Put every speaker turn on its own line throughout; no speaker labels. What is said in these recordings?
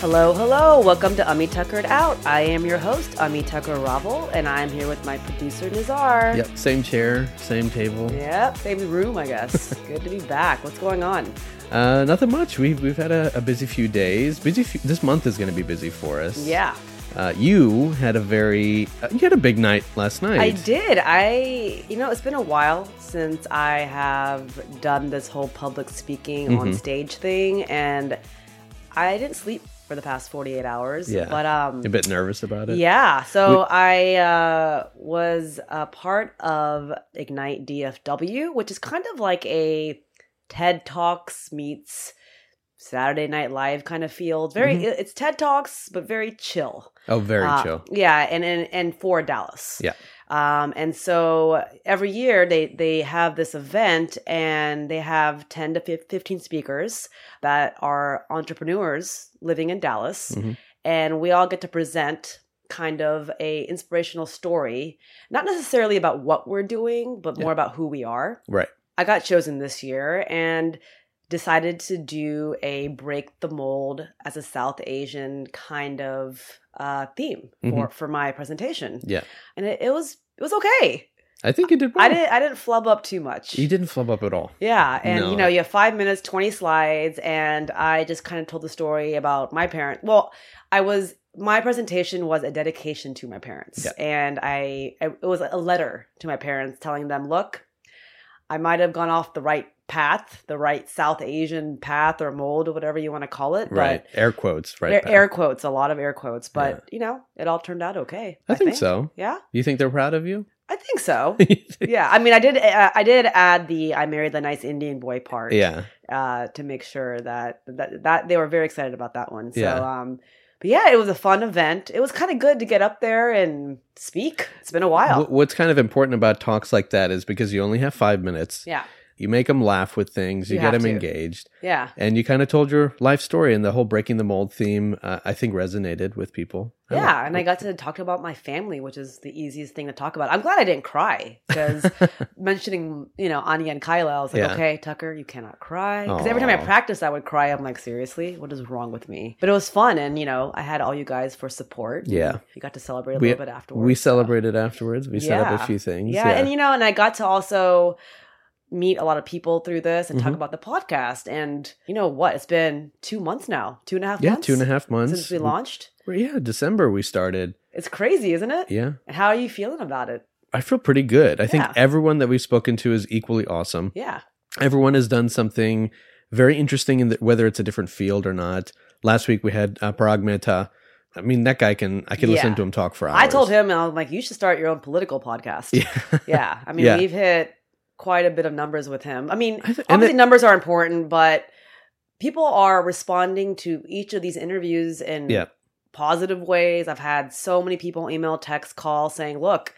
Hello, hello. Welcome to Ummy Tuckered Out. I am your host, Ummy Tucker Ravel, and I'm here with my producer, Nazar.
Yep, same chair, same table.
Yep, same room, I guess. Good to be back. What's going on?
Uh, nothing much. We've we've had a, a busy few days. Busy. Few, this month is going to be busy for us.
Yeah.
Uh, you had a very uh, you had a big night last night.
I did. I, you know, it's been a while since I have done this whole public speaking
Mm-hmm.
on stage thing, and I didn't sleep for the past 48 hours.
Yeah.
But, um,
a bit nervous about it.
Yeah. So I uh, was a part of Ignite DFW, which is kind of like a TED Talks meets Saturday Night Live kind of feel. It's very,
Mm-hmm.
it's TED Talks, but very chill.
Oh, very
Uh,
chill.
Yeah, and, and and for Dallas.
Yeah.
Um, and so every year they they have this event and they have ten to fif- fifteen speakers that are entrepreneurs living in Dallas,
Mhm.
and we all get to present kind of a inspirational story, not necessarily about what we're doing, but more
Yeah.
about who we are.
Right.
I got chosen this year and decided to do a break the mold as a South Asian kind of uh, theme for, for my presentation.
Yeah.
And it, it was it was okay.
I think you did. Well.
I didn't I didn't flub up too much.
You didn't flub up at all.
Yeah, and
No.
you know, you have five minutes, twenty slides, and I just kind of told the story about my parent. Well, I was my presentation was a dedication to my parents,
Yeah.
and I, I it was a letter to my parents telling them, look, I might have gone off the right path, the right South Asian path or mold or whatever you want to call it,
Right. air quotes.
But
Right.
air,
back.
air quotes, a lot of air quotes, but
Yeah.
you know, it all turned out okay.
I, think, so.
Yeah,
You think they're proud of you?
I think so. yeah, I mean, I did. Uh, I did add the "I married the nice Indian boy" part
yeah.
uh, to make sure that, that that they were very excited about that one. So,
Yeah.
um, but yeah, it was a fun event. It was kind of good to get up there and speak. It's been a while.
Wh- What's kind of important about talks like that is because you only have five minutes.
yeah,
You make them laugh with things. You,
You
get
have
them
to.
engaged.
yeah,
and you kind of told your life story and the whole breaking the mold theme uh, i think resonated with people Oh,
yeah. And I got to talk about my family, which is the easiest thing to talk about. I'm glad I didn't cry because mentioning you know Anya and Kyla, I was like,
Yeah.
okay, Tucker, you cannot cry. Because every time I
Aw.
practice, I would cry. I'm like, seriously, what is wrong with me? But it was fun, and you know, I had all you guys for support.
Yeah.
you got to celebrate a
We-
little bit afterwards.
we
so.
celebrated afterwards we set up
Yeah.
a few things
yeah, and you know, and I got to also meet a lot of people through this and talk
Mhm.
about the podcast. And you know what? It's been two months now, two and a half
yeah
months,
two and a half months Mm-hmm.
since we launched.
We- yeah december we started
It's crazy, isn't it?
yeah
And How are you feeling about it?
i feel pretty good i think
Yeah.
everyone that we've spoken to is equally awesome
Yeah,
everyone has done something very interesting in the, whether it's a different field or not last week we had uh, parag mehta i mean that guy can i could
Yeah.
listen to him talk for hours
I told him, and I'm like, you should start your own political podcast.
yeah,
Yeah. I mean,
Yeah.
we've hit quite a bit of numbers with him. I mean,
I th- and
obviously
it-
numbers are important, but people are responding to each of these interviews in
Yeah.
positive ways. I've had so many people email, text, call saying, "Look,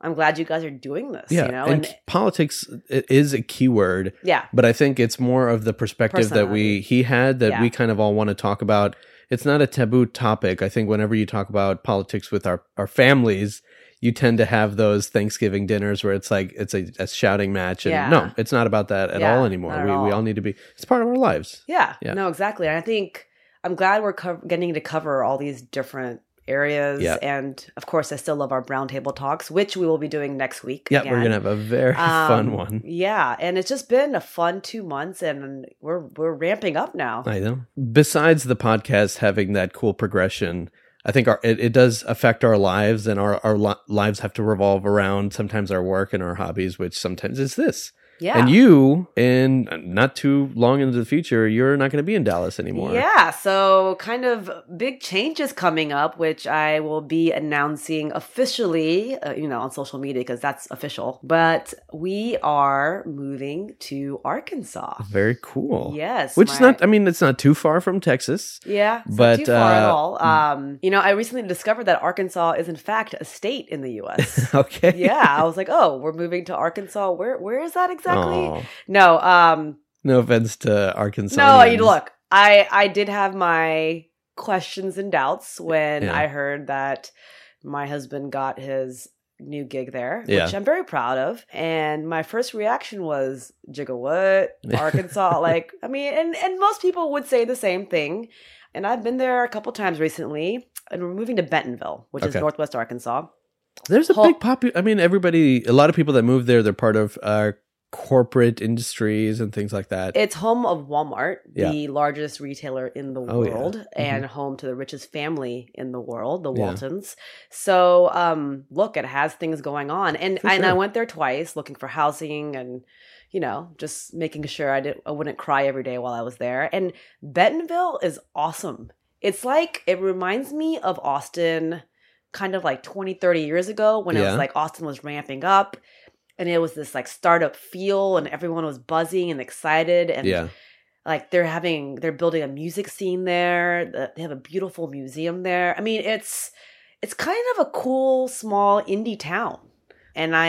I'm glad you guys are doing this."
yeah.
You know,
and,
and,
and politics i- is a key word
yeah,
but I think it's more of the perspective that
Personality.
we he had that
Yeah.
we kind of all want to talk about. It's not a taboo topic. I think whenever you talk about politics with our our families, you tend to have those Thanksgiving dinners where it's like it's a, a shouting match, and
Yeah.
no, it's not about that at
Yeah,
all
not
anymore.
at
We we
all.
all need to be. It's part of our lives.
yeah,
Yeah.
no, exactly. And I think I'm glad we're co- getting to cover all these different areas
Yeah.
and of course i still love our brown table talks which we will be doing next week
Yeah,
again.
we're gonna have a very
Um,
fun one.
Yeah, and it's just been a fun two months, and we're we're ramping up now.
I know. Besides the podcast having that cool progression. I think our, it, it does affect our lives, and our, our li- lives have to revolve around sometimes our work and our hobbies, which sometimes is this.
Yeah,
And you, in uh, not too long into the future, you're not going to be in Dallas anymore.
yeah. So kind of big changes coming up, which I will be announcing officially, uh, you know, on social media because that's official. But we are moving to Arkansas.
Very cool.
Yes,
Which is
my-
not, I mean, it's not too far from Texas.
Yeah, it's not
But,
too far at
uh,
all. Um, you know, I recently discovered that Arkansas is in fact a state in the U.S.
Okay.
yeah, I was like, oh, we're moving to Arkansas. Where where is that exactly?
Aw.
No, um,
no offense to Arkansas.
No, you look, I I did have my questions and doubts when
Yeah.
I heard that my husband got his new gig there,
Yeah.
which I'm very proud of. And my first reaction was, "Jigga what? Arkansas?" like, I mean, and and most people would say the same thing. and I've been there a couple times recently. And we're moving to Bentonville, which is
Okay.
northwest Arkansas.
There's a
Whole-
big popu I mean, everybody, a lot of people that move there, they're part of uh, corporate industries and things like that.
It's home of Walmart,
Yeah.
the largest retailer in the
Oh, yeah.
world, and home to the richest family in the world, the
Yeah.
Waltons. So, um, look, it has things going on, and
For
and I
sure.
went there twice, looking for housing and, you know, just making sure I didn't, I wouldn't cry every day while I was there. And Bentonville is awesome. It's like it reminds me of Austin kind of like 20 30 years ago when it was
Yeah.
like austin was ramping up and it was this like startup feel and everyone was buzzing and excited and
yeah.
like they're having they're building a music scene there The- they have a beautiful museum there i mean it's it's kind of a cool small indie town and i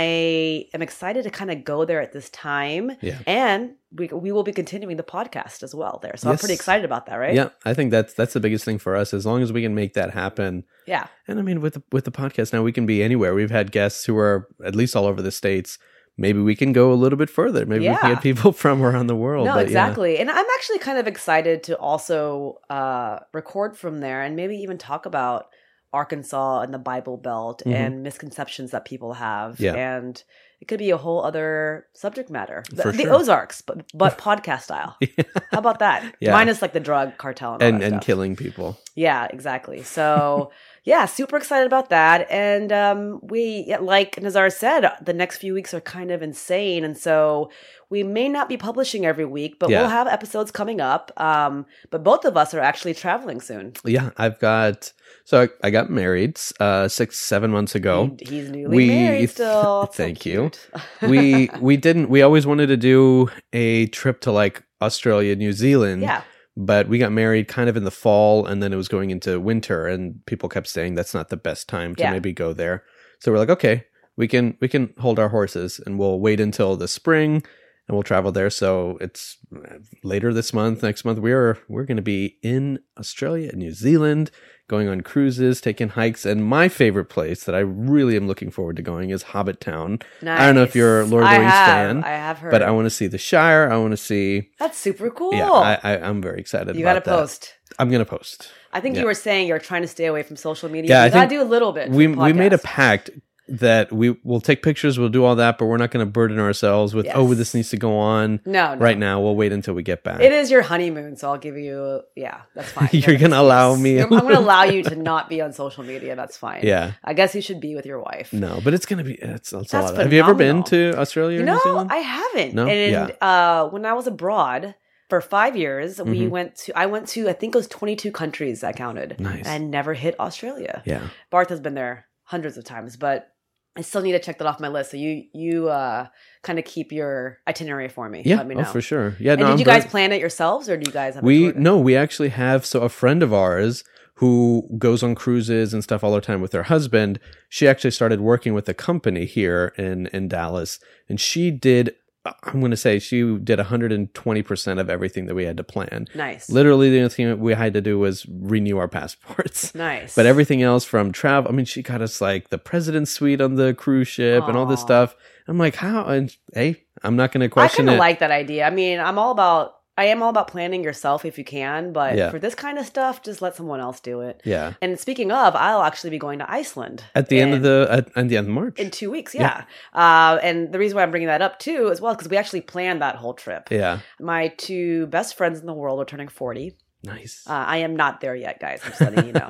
am excited to kind of go there at this time
Yeah.
and we, we will be continuing the podcast as well there so i'm
Yes.
pretty excited about that right
Yeah. I think that's that's the biggest thing for us. As long as we can make that happen,
yeah
And I mean, with the, with the podcast now, we can be anywhere. We've had guests who are at least all over the states. Maybe we can go a little bit further. Maybe we
Yeah.
can get people from around the world.
No,
but yeah.
exactly. And I'm actually kind of excited to also uh, record from there and maybe even talk about Arkansas and the Bible Belt
Mhm.
and misconceptions that people have.
Yeah.
And it could be a whole other subject matter. The,
For
the
sure.
Ozarks, but, but podcast style.
Yeah.
How about that?
Yeah.
Minus like the drug cartel and all
And
that
and
stuff.
killing people.
Yeah, exactly. So, yeah, super excited about that. And um, we, yeah, like Nazar said, the next few weeks are kind of insane. And so we may not be publishing every week, but
Yeah.
we'll have episodes coming up. Um, but both of us are actually traveling soon.
Yeah, I've got. So I, I got married uh, six seven months ago.
He- he's newly
We-
married still. It's so
Thank you.
cute.
we we didn't. We always wanted to do a trip to like Australia, New Zealand.
yeah,
but we got married kind of in the fall and then it was going into winter and people kept saying that's not the best time to
Yeah.
maybe go there so we're like okay we can we can hold our horses and we'll wait until the spring and we'll travel there so it's uh, later this month next month we're we're going to be in australia and new zealand going on cruises taking hikes and my favorite place that i really am looking forward to going is hobbit town
nice.
don't know if you're a Lord of the
I
Rings
have,
fan,
I have heard.
but i want to see the shire i want to see
That's super cool.
yeah I, I, i'm very excited
you got to
about that.
post.
i'm going to post
I think
Yeah.
you were saying you're trying to stay away from social media.
Yeah,
You
I
gotta do
think
a little bit. for
we
the
we made a
podcast.
pact that we will take pictures, we'll do all that, but we're not going to burden ourselves with oh,
Yes.
this needs to go on
no, no
right now. We'll wait until we get back.
It is your honeymoon, so I'll give you. Yeah, that's fine.
You're
That's-
gonna allow me a
I'm going to allow you to not be on social media. That's fine.
Yeah,
I guess you should be with your wife.
no, but it's going to be it's, it's a
That's
lot. Have you ever been
phenomenal.
to Australia
You
or
know,
New Zealand?
I haven't.
No?
And uh, when I was abroad for five years, we
Mm-hmm.
went to. I went to. I think it was 22 countries. I counted.
Nice.
And never hit Australia.
yeah,
Barth has been there hundreds of times, but. I still need to check that off my list. So you you uh, kind of keep your itinerary for me.
yeah,
Let me
oh
know.
for sure. Yeah,
And
no,
did
I'm
you guys
very-
plan it yourselves, or do you guys have? a
We
tour guide?
no, we actually have so a friend of ours who goes on cruises and stuff all the time with her husband. She actually started working with a company here in in Dallas, and she did. I'm going to say she did 120 percent of everything that we had to plan.
nice,
Literally, the only thing that we had to do was renew our passports.
nice.
But everything else from travel, I mean, she got us like the president's suite on the cruise ship and all this
Aw.
stuff. I'm like, how? And hey, I'm not going to question
I kind
it.
of like that idea. I mean, I'm all about I am all about planning yourself if you can, but
Yeah.
for this kind of stuff, just let someone else do it.
yeah.
And speaking of, I'll actually be going to Iceland
At the end of
in-
the at, at the end of March.
in two weeks. Yeah,
Yeah.
Uh, and the reason why I'm bringing that up too, as well, because we actually planned that whole trip.
yeah.
My two best friends in the world are turning 40.
Nice.
Uh, I am not there yet, guys. I'm just letting you know.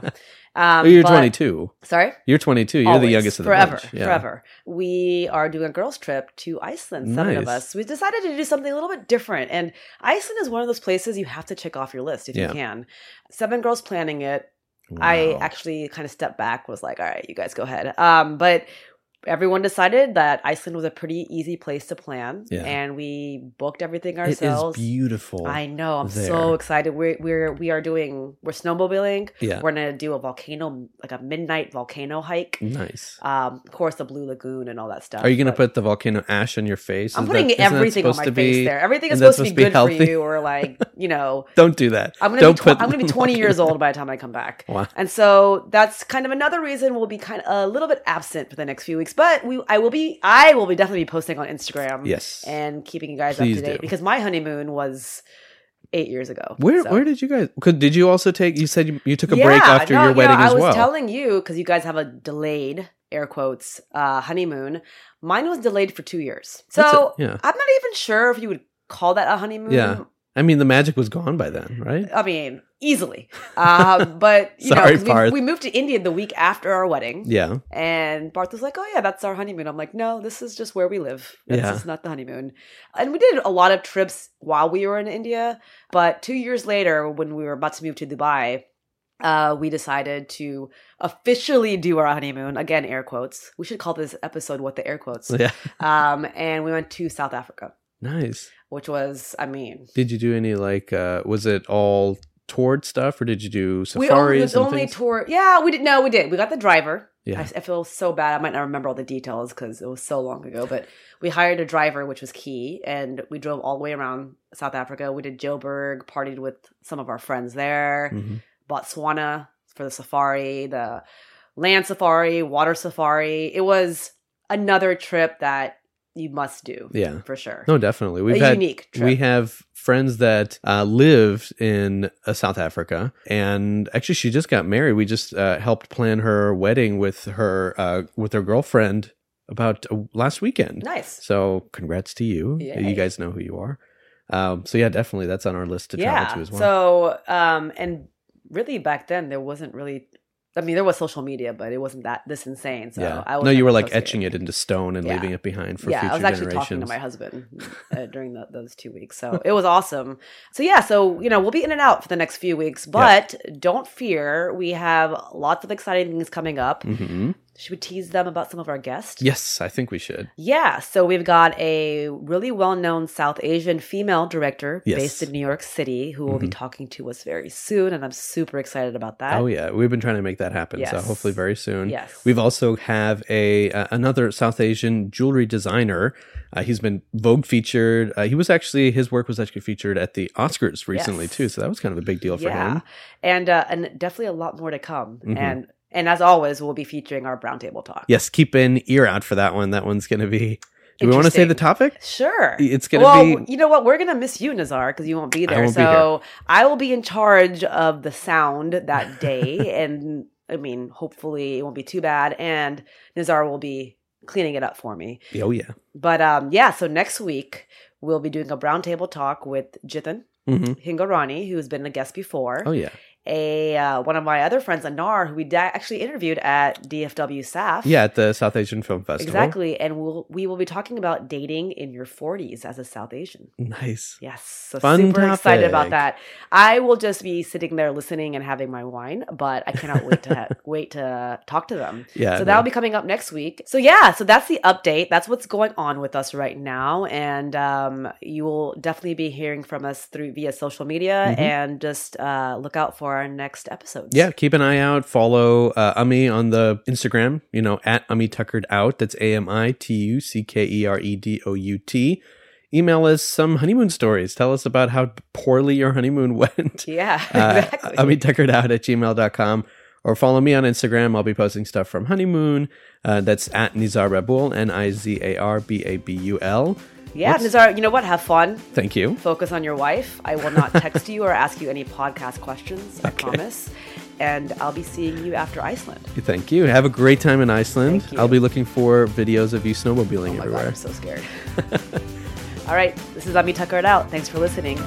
Um,
oh, you're
but-
22.
Sorry.
You're 22. You're the
Always.
youngest of the
forever,
bunch. Yeah.
Forever. We are doing a girls' trip to Iceland, seven of
Nice.
us. We decided to do something a little bit different. And Iceland is one of those places you have to check off your list if
Yeah.
you can. Seven girls planning it. I actually kind of stepped back, was like, all right, you guys go ahead. Um, but everyone decided that Iceland was a pretty easy place to plan.
Yeah.
And we booked everything
It is
ourselves.
beautiful.
I know. I'm so
there.
excited. We're, we're, we are doing, we're snowmobiling.
yeah.
We're going to do a volcano, like a midnight volcano hike
Nice.
um, of course, the Blue Lagoon and all that stuff.
Are you going to
but-
put the volcano ash on your face?
I'm
Is
putting
that- isn't that
everything on
supposed
my
to
face
be-
there. Everything is
and that's
supposed to be good
supposed to be
for
healthy?
you, or like you know,
Don't do that.
I'm gonna
Don't
be
put
tw- I'm gonna be
the
20 years
volcano-
old by the time I come back.
Wow.
And so that's kind of another reason we'll be kind of a little bit absent for the next few weeks. But we, I will be, I will be definitely be posting on Instagram
Yes.
and keeping you guys
Please
up to date
do.
because my honeymoon was eight years ago.
Where
So-
where did you guys? Could, did you also take? You said you, you took a break
Yeah,
after
no,
your
yeah,
wedding as
I
well.
was telling you because you guys have a delayed air quotes uh, honeymoon. Mine was delayed for two years,
That's it,
so
yeah,
I'm not even sure if you would call that a honeymoon.
Yeah. I mean the magic was gone by then, right?
I mean, easily. Uh, but you
Sorry,
know, 'cause
Parth.
we, we moved to India the week after our wedding,
Yeah,
and Barth was like, "Oh yeah, that's our honeymoon." I'm like, "No, this is just where we live. This
Yeah.
is not the honeymoon." And we did a lot of trips while we were in India, but two years later, when we were about to move to Dubai, uh, we decided to officially do our honeymoon again. Air quotes. We should call this episode "What the Air Quotes."
yeah,
um, and we went to South Africa,
nice.
which was, I mean,
Did you do any like? uh Was it all toured stuff, or did you do
we only,
safaris
the only
and things?
tour. Yeah, we did. No, we did. We got the driver.
Yeah.
I, I feel so bad. I might not remember all the details because it was so long ago. But we hired a driver, which was key, and we drove all the way around South Africa. We did Joburg, partied with some of our friends there.
Mhm.
Botswana for the safari, the land safari, water safari. It was another trip that you must do
Yeah,
for sure.
no, definitely. We've
a
had
unique trip.
We have friends that uh, lived in uh, South Africa, and actually, she just got married. We just uh, helped plan her wedding with her uh, with her girlfriend about uh, last weekend.
nice.
So, congrats to you!
Yay.
You guys know who you are. Um, so, yeah, definitely, that's on our list to travel to as well.
So, um, and really back then there wasn't really. I mean, there was social media, but it wasn't that this insane. So
yeah,
I was
no, you
never
were like
associated.
etching it into stone and
Yeah.
leaving it behind for
yeah,
future
I was actually talking to
generations.
my husband uh, during the, those two weeks, so it was awesome. So yeah, so you know we'll be in and out for the next few weeks, but don't fear, we have lots of exciting things coming up.
Mhm.
Should we tease them about some of our guests?
Yes, I think we should.
Yeah, so we've got a really well known South Asian female director
Yes. Mm-hmm.
based in New York City who will be talking to us very soon, and I'm super excited about that.
Oh yeah, we've been trying to make that happen. So
Yes.
hopefully, very soon.
Yes.
We've also have a uh, another South Asian jewelry designer. Uh, he's been Vogue featured. Uh, he was actually his work was actually featured at the Oscars recently
Yes.
too. So that was kind of a big deal for him.
And, uh, and definitely a lot more to come.
Mhm.
And and as always, we'll be featuring our Brown Table Talk.
Yes, keep an ear out for that one. That one's going to be. Do we want to say the
Interesting.
topic?
Sure.
It's going to
Well,
be
you know what? We're gonna miss you, Nazar, because you won't be there.
won't be
so I will be in charge of the sound that day, and I mean, hopefully, it won't be too bad. And Nazar will be cleaning it up for me.
oh yeah,
But um, yeah, so next week we'll be doing a brown table talk with Jitin
hmm
Hingarani, who's been a guest before.
oh yeah,
A uh, one of my other friends, Anar, who we da- actually interviewed at DFW SAF.
yeah. At the South Asian Film Festival.
Exactly, and we'll we will be talking about dating in your 40s as a South Asian.
Nice.
Yes, so
Fun
super excited about
topic.
that. I will just be sitting there listening and having my wine, but I cannot wait to ha- wait to talk to them.
Yeah.
So
no.
that'll be coming up next week. So yeah, so that's the update. That's what's going on with us right now, and um, you will definitely be hearing from us through via social media,
Mhm.
and just uh, look out for our next episodes.
Yeah, keep an eye out. Follow uh, Ami on the Instagram, you know, at Ami Tuckered Out. That's A M I T U C K E R E D O U T. Email us some honeymoon stories. Tell us about how poorly your honeymoon went.
yeah,
Uh,
exactly.
Ami Tuckered Out at gmail.com. Or follow me on Instagram. I'll be posting stuff from Honeymoon. Uh, that's at Nizar Rabul, N I Z A R B A B U L.
yeah,
what's-
Nazar, you know what? Have fun.
Thank you.
Focus on your wife. I will not text you or ask you any podcast questions. I promise. And I'll be seeing you after Iceland. Oh
Thank you. Have a great time in Iceland.
Thank you.
I'll be looking for videos of you snowmobiling
Oh my god,
everywhere.
I'm so scared. All right, this is Ami Tucker It Out. Thanks for listening.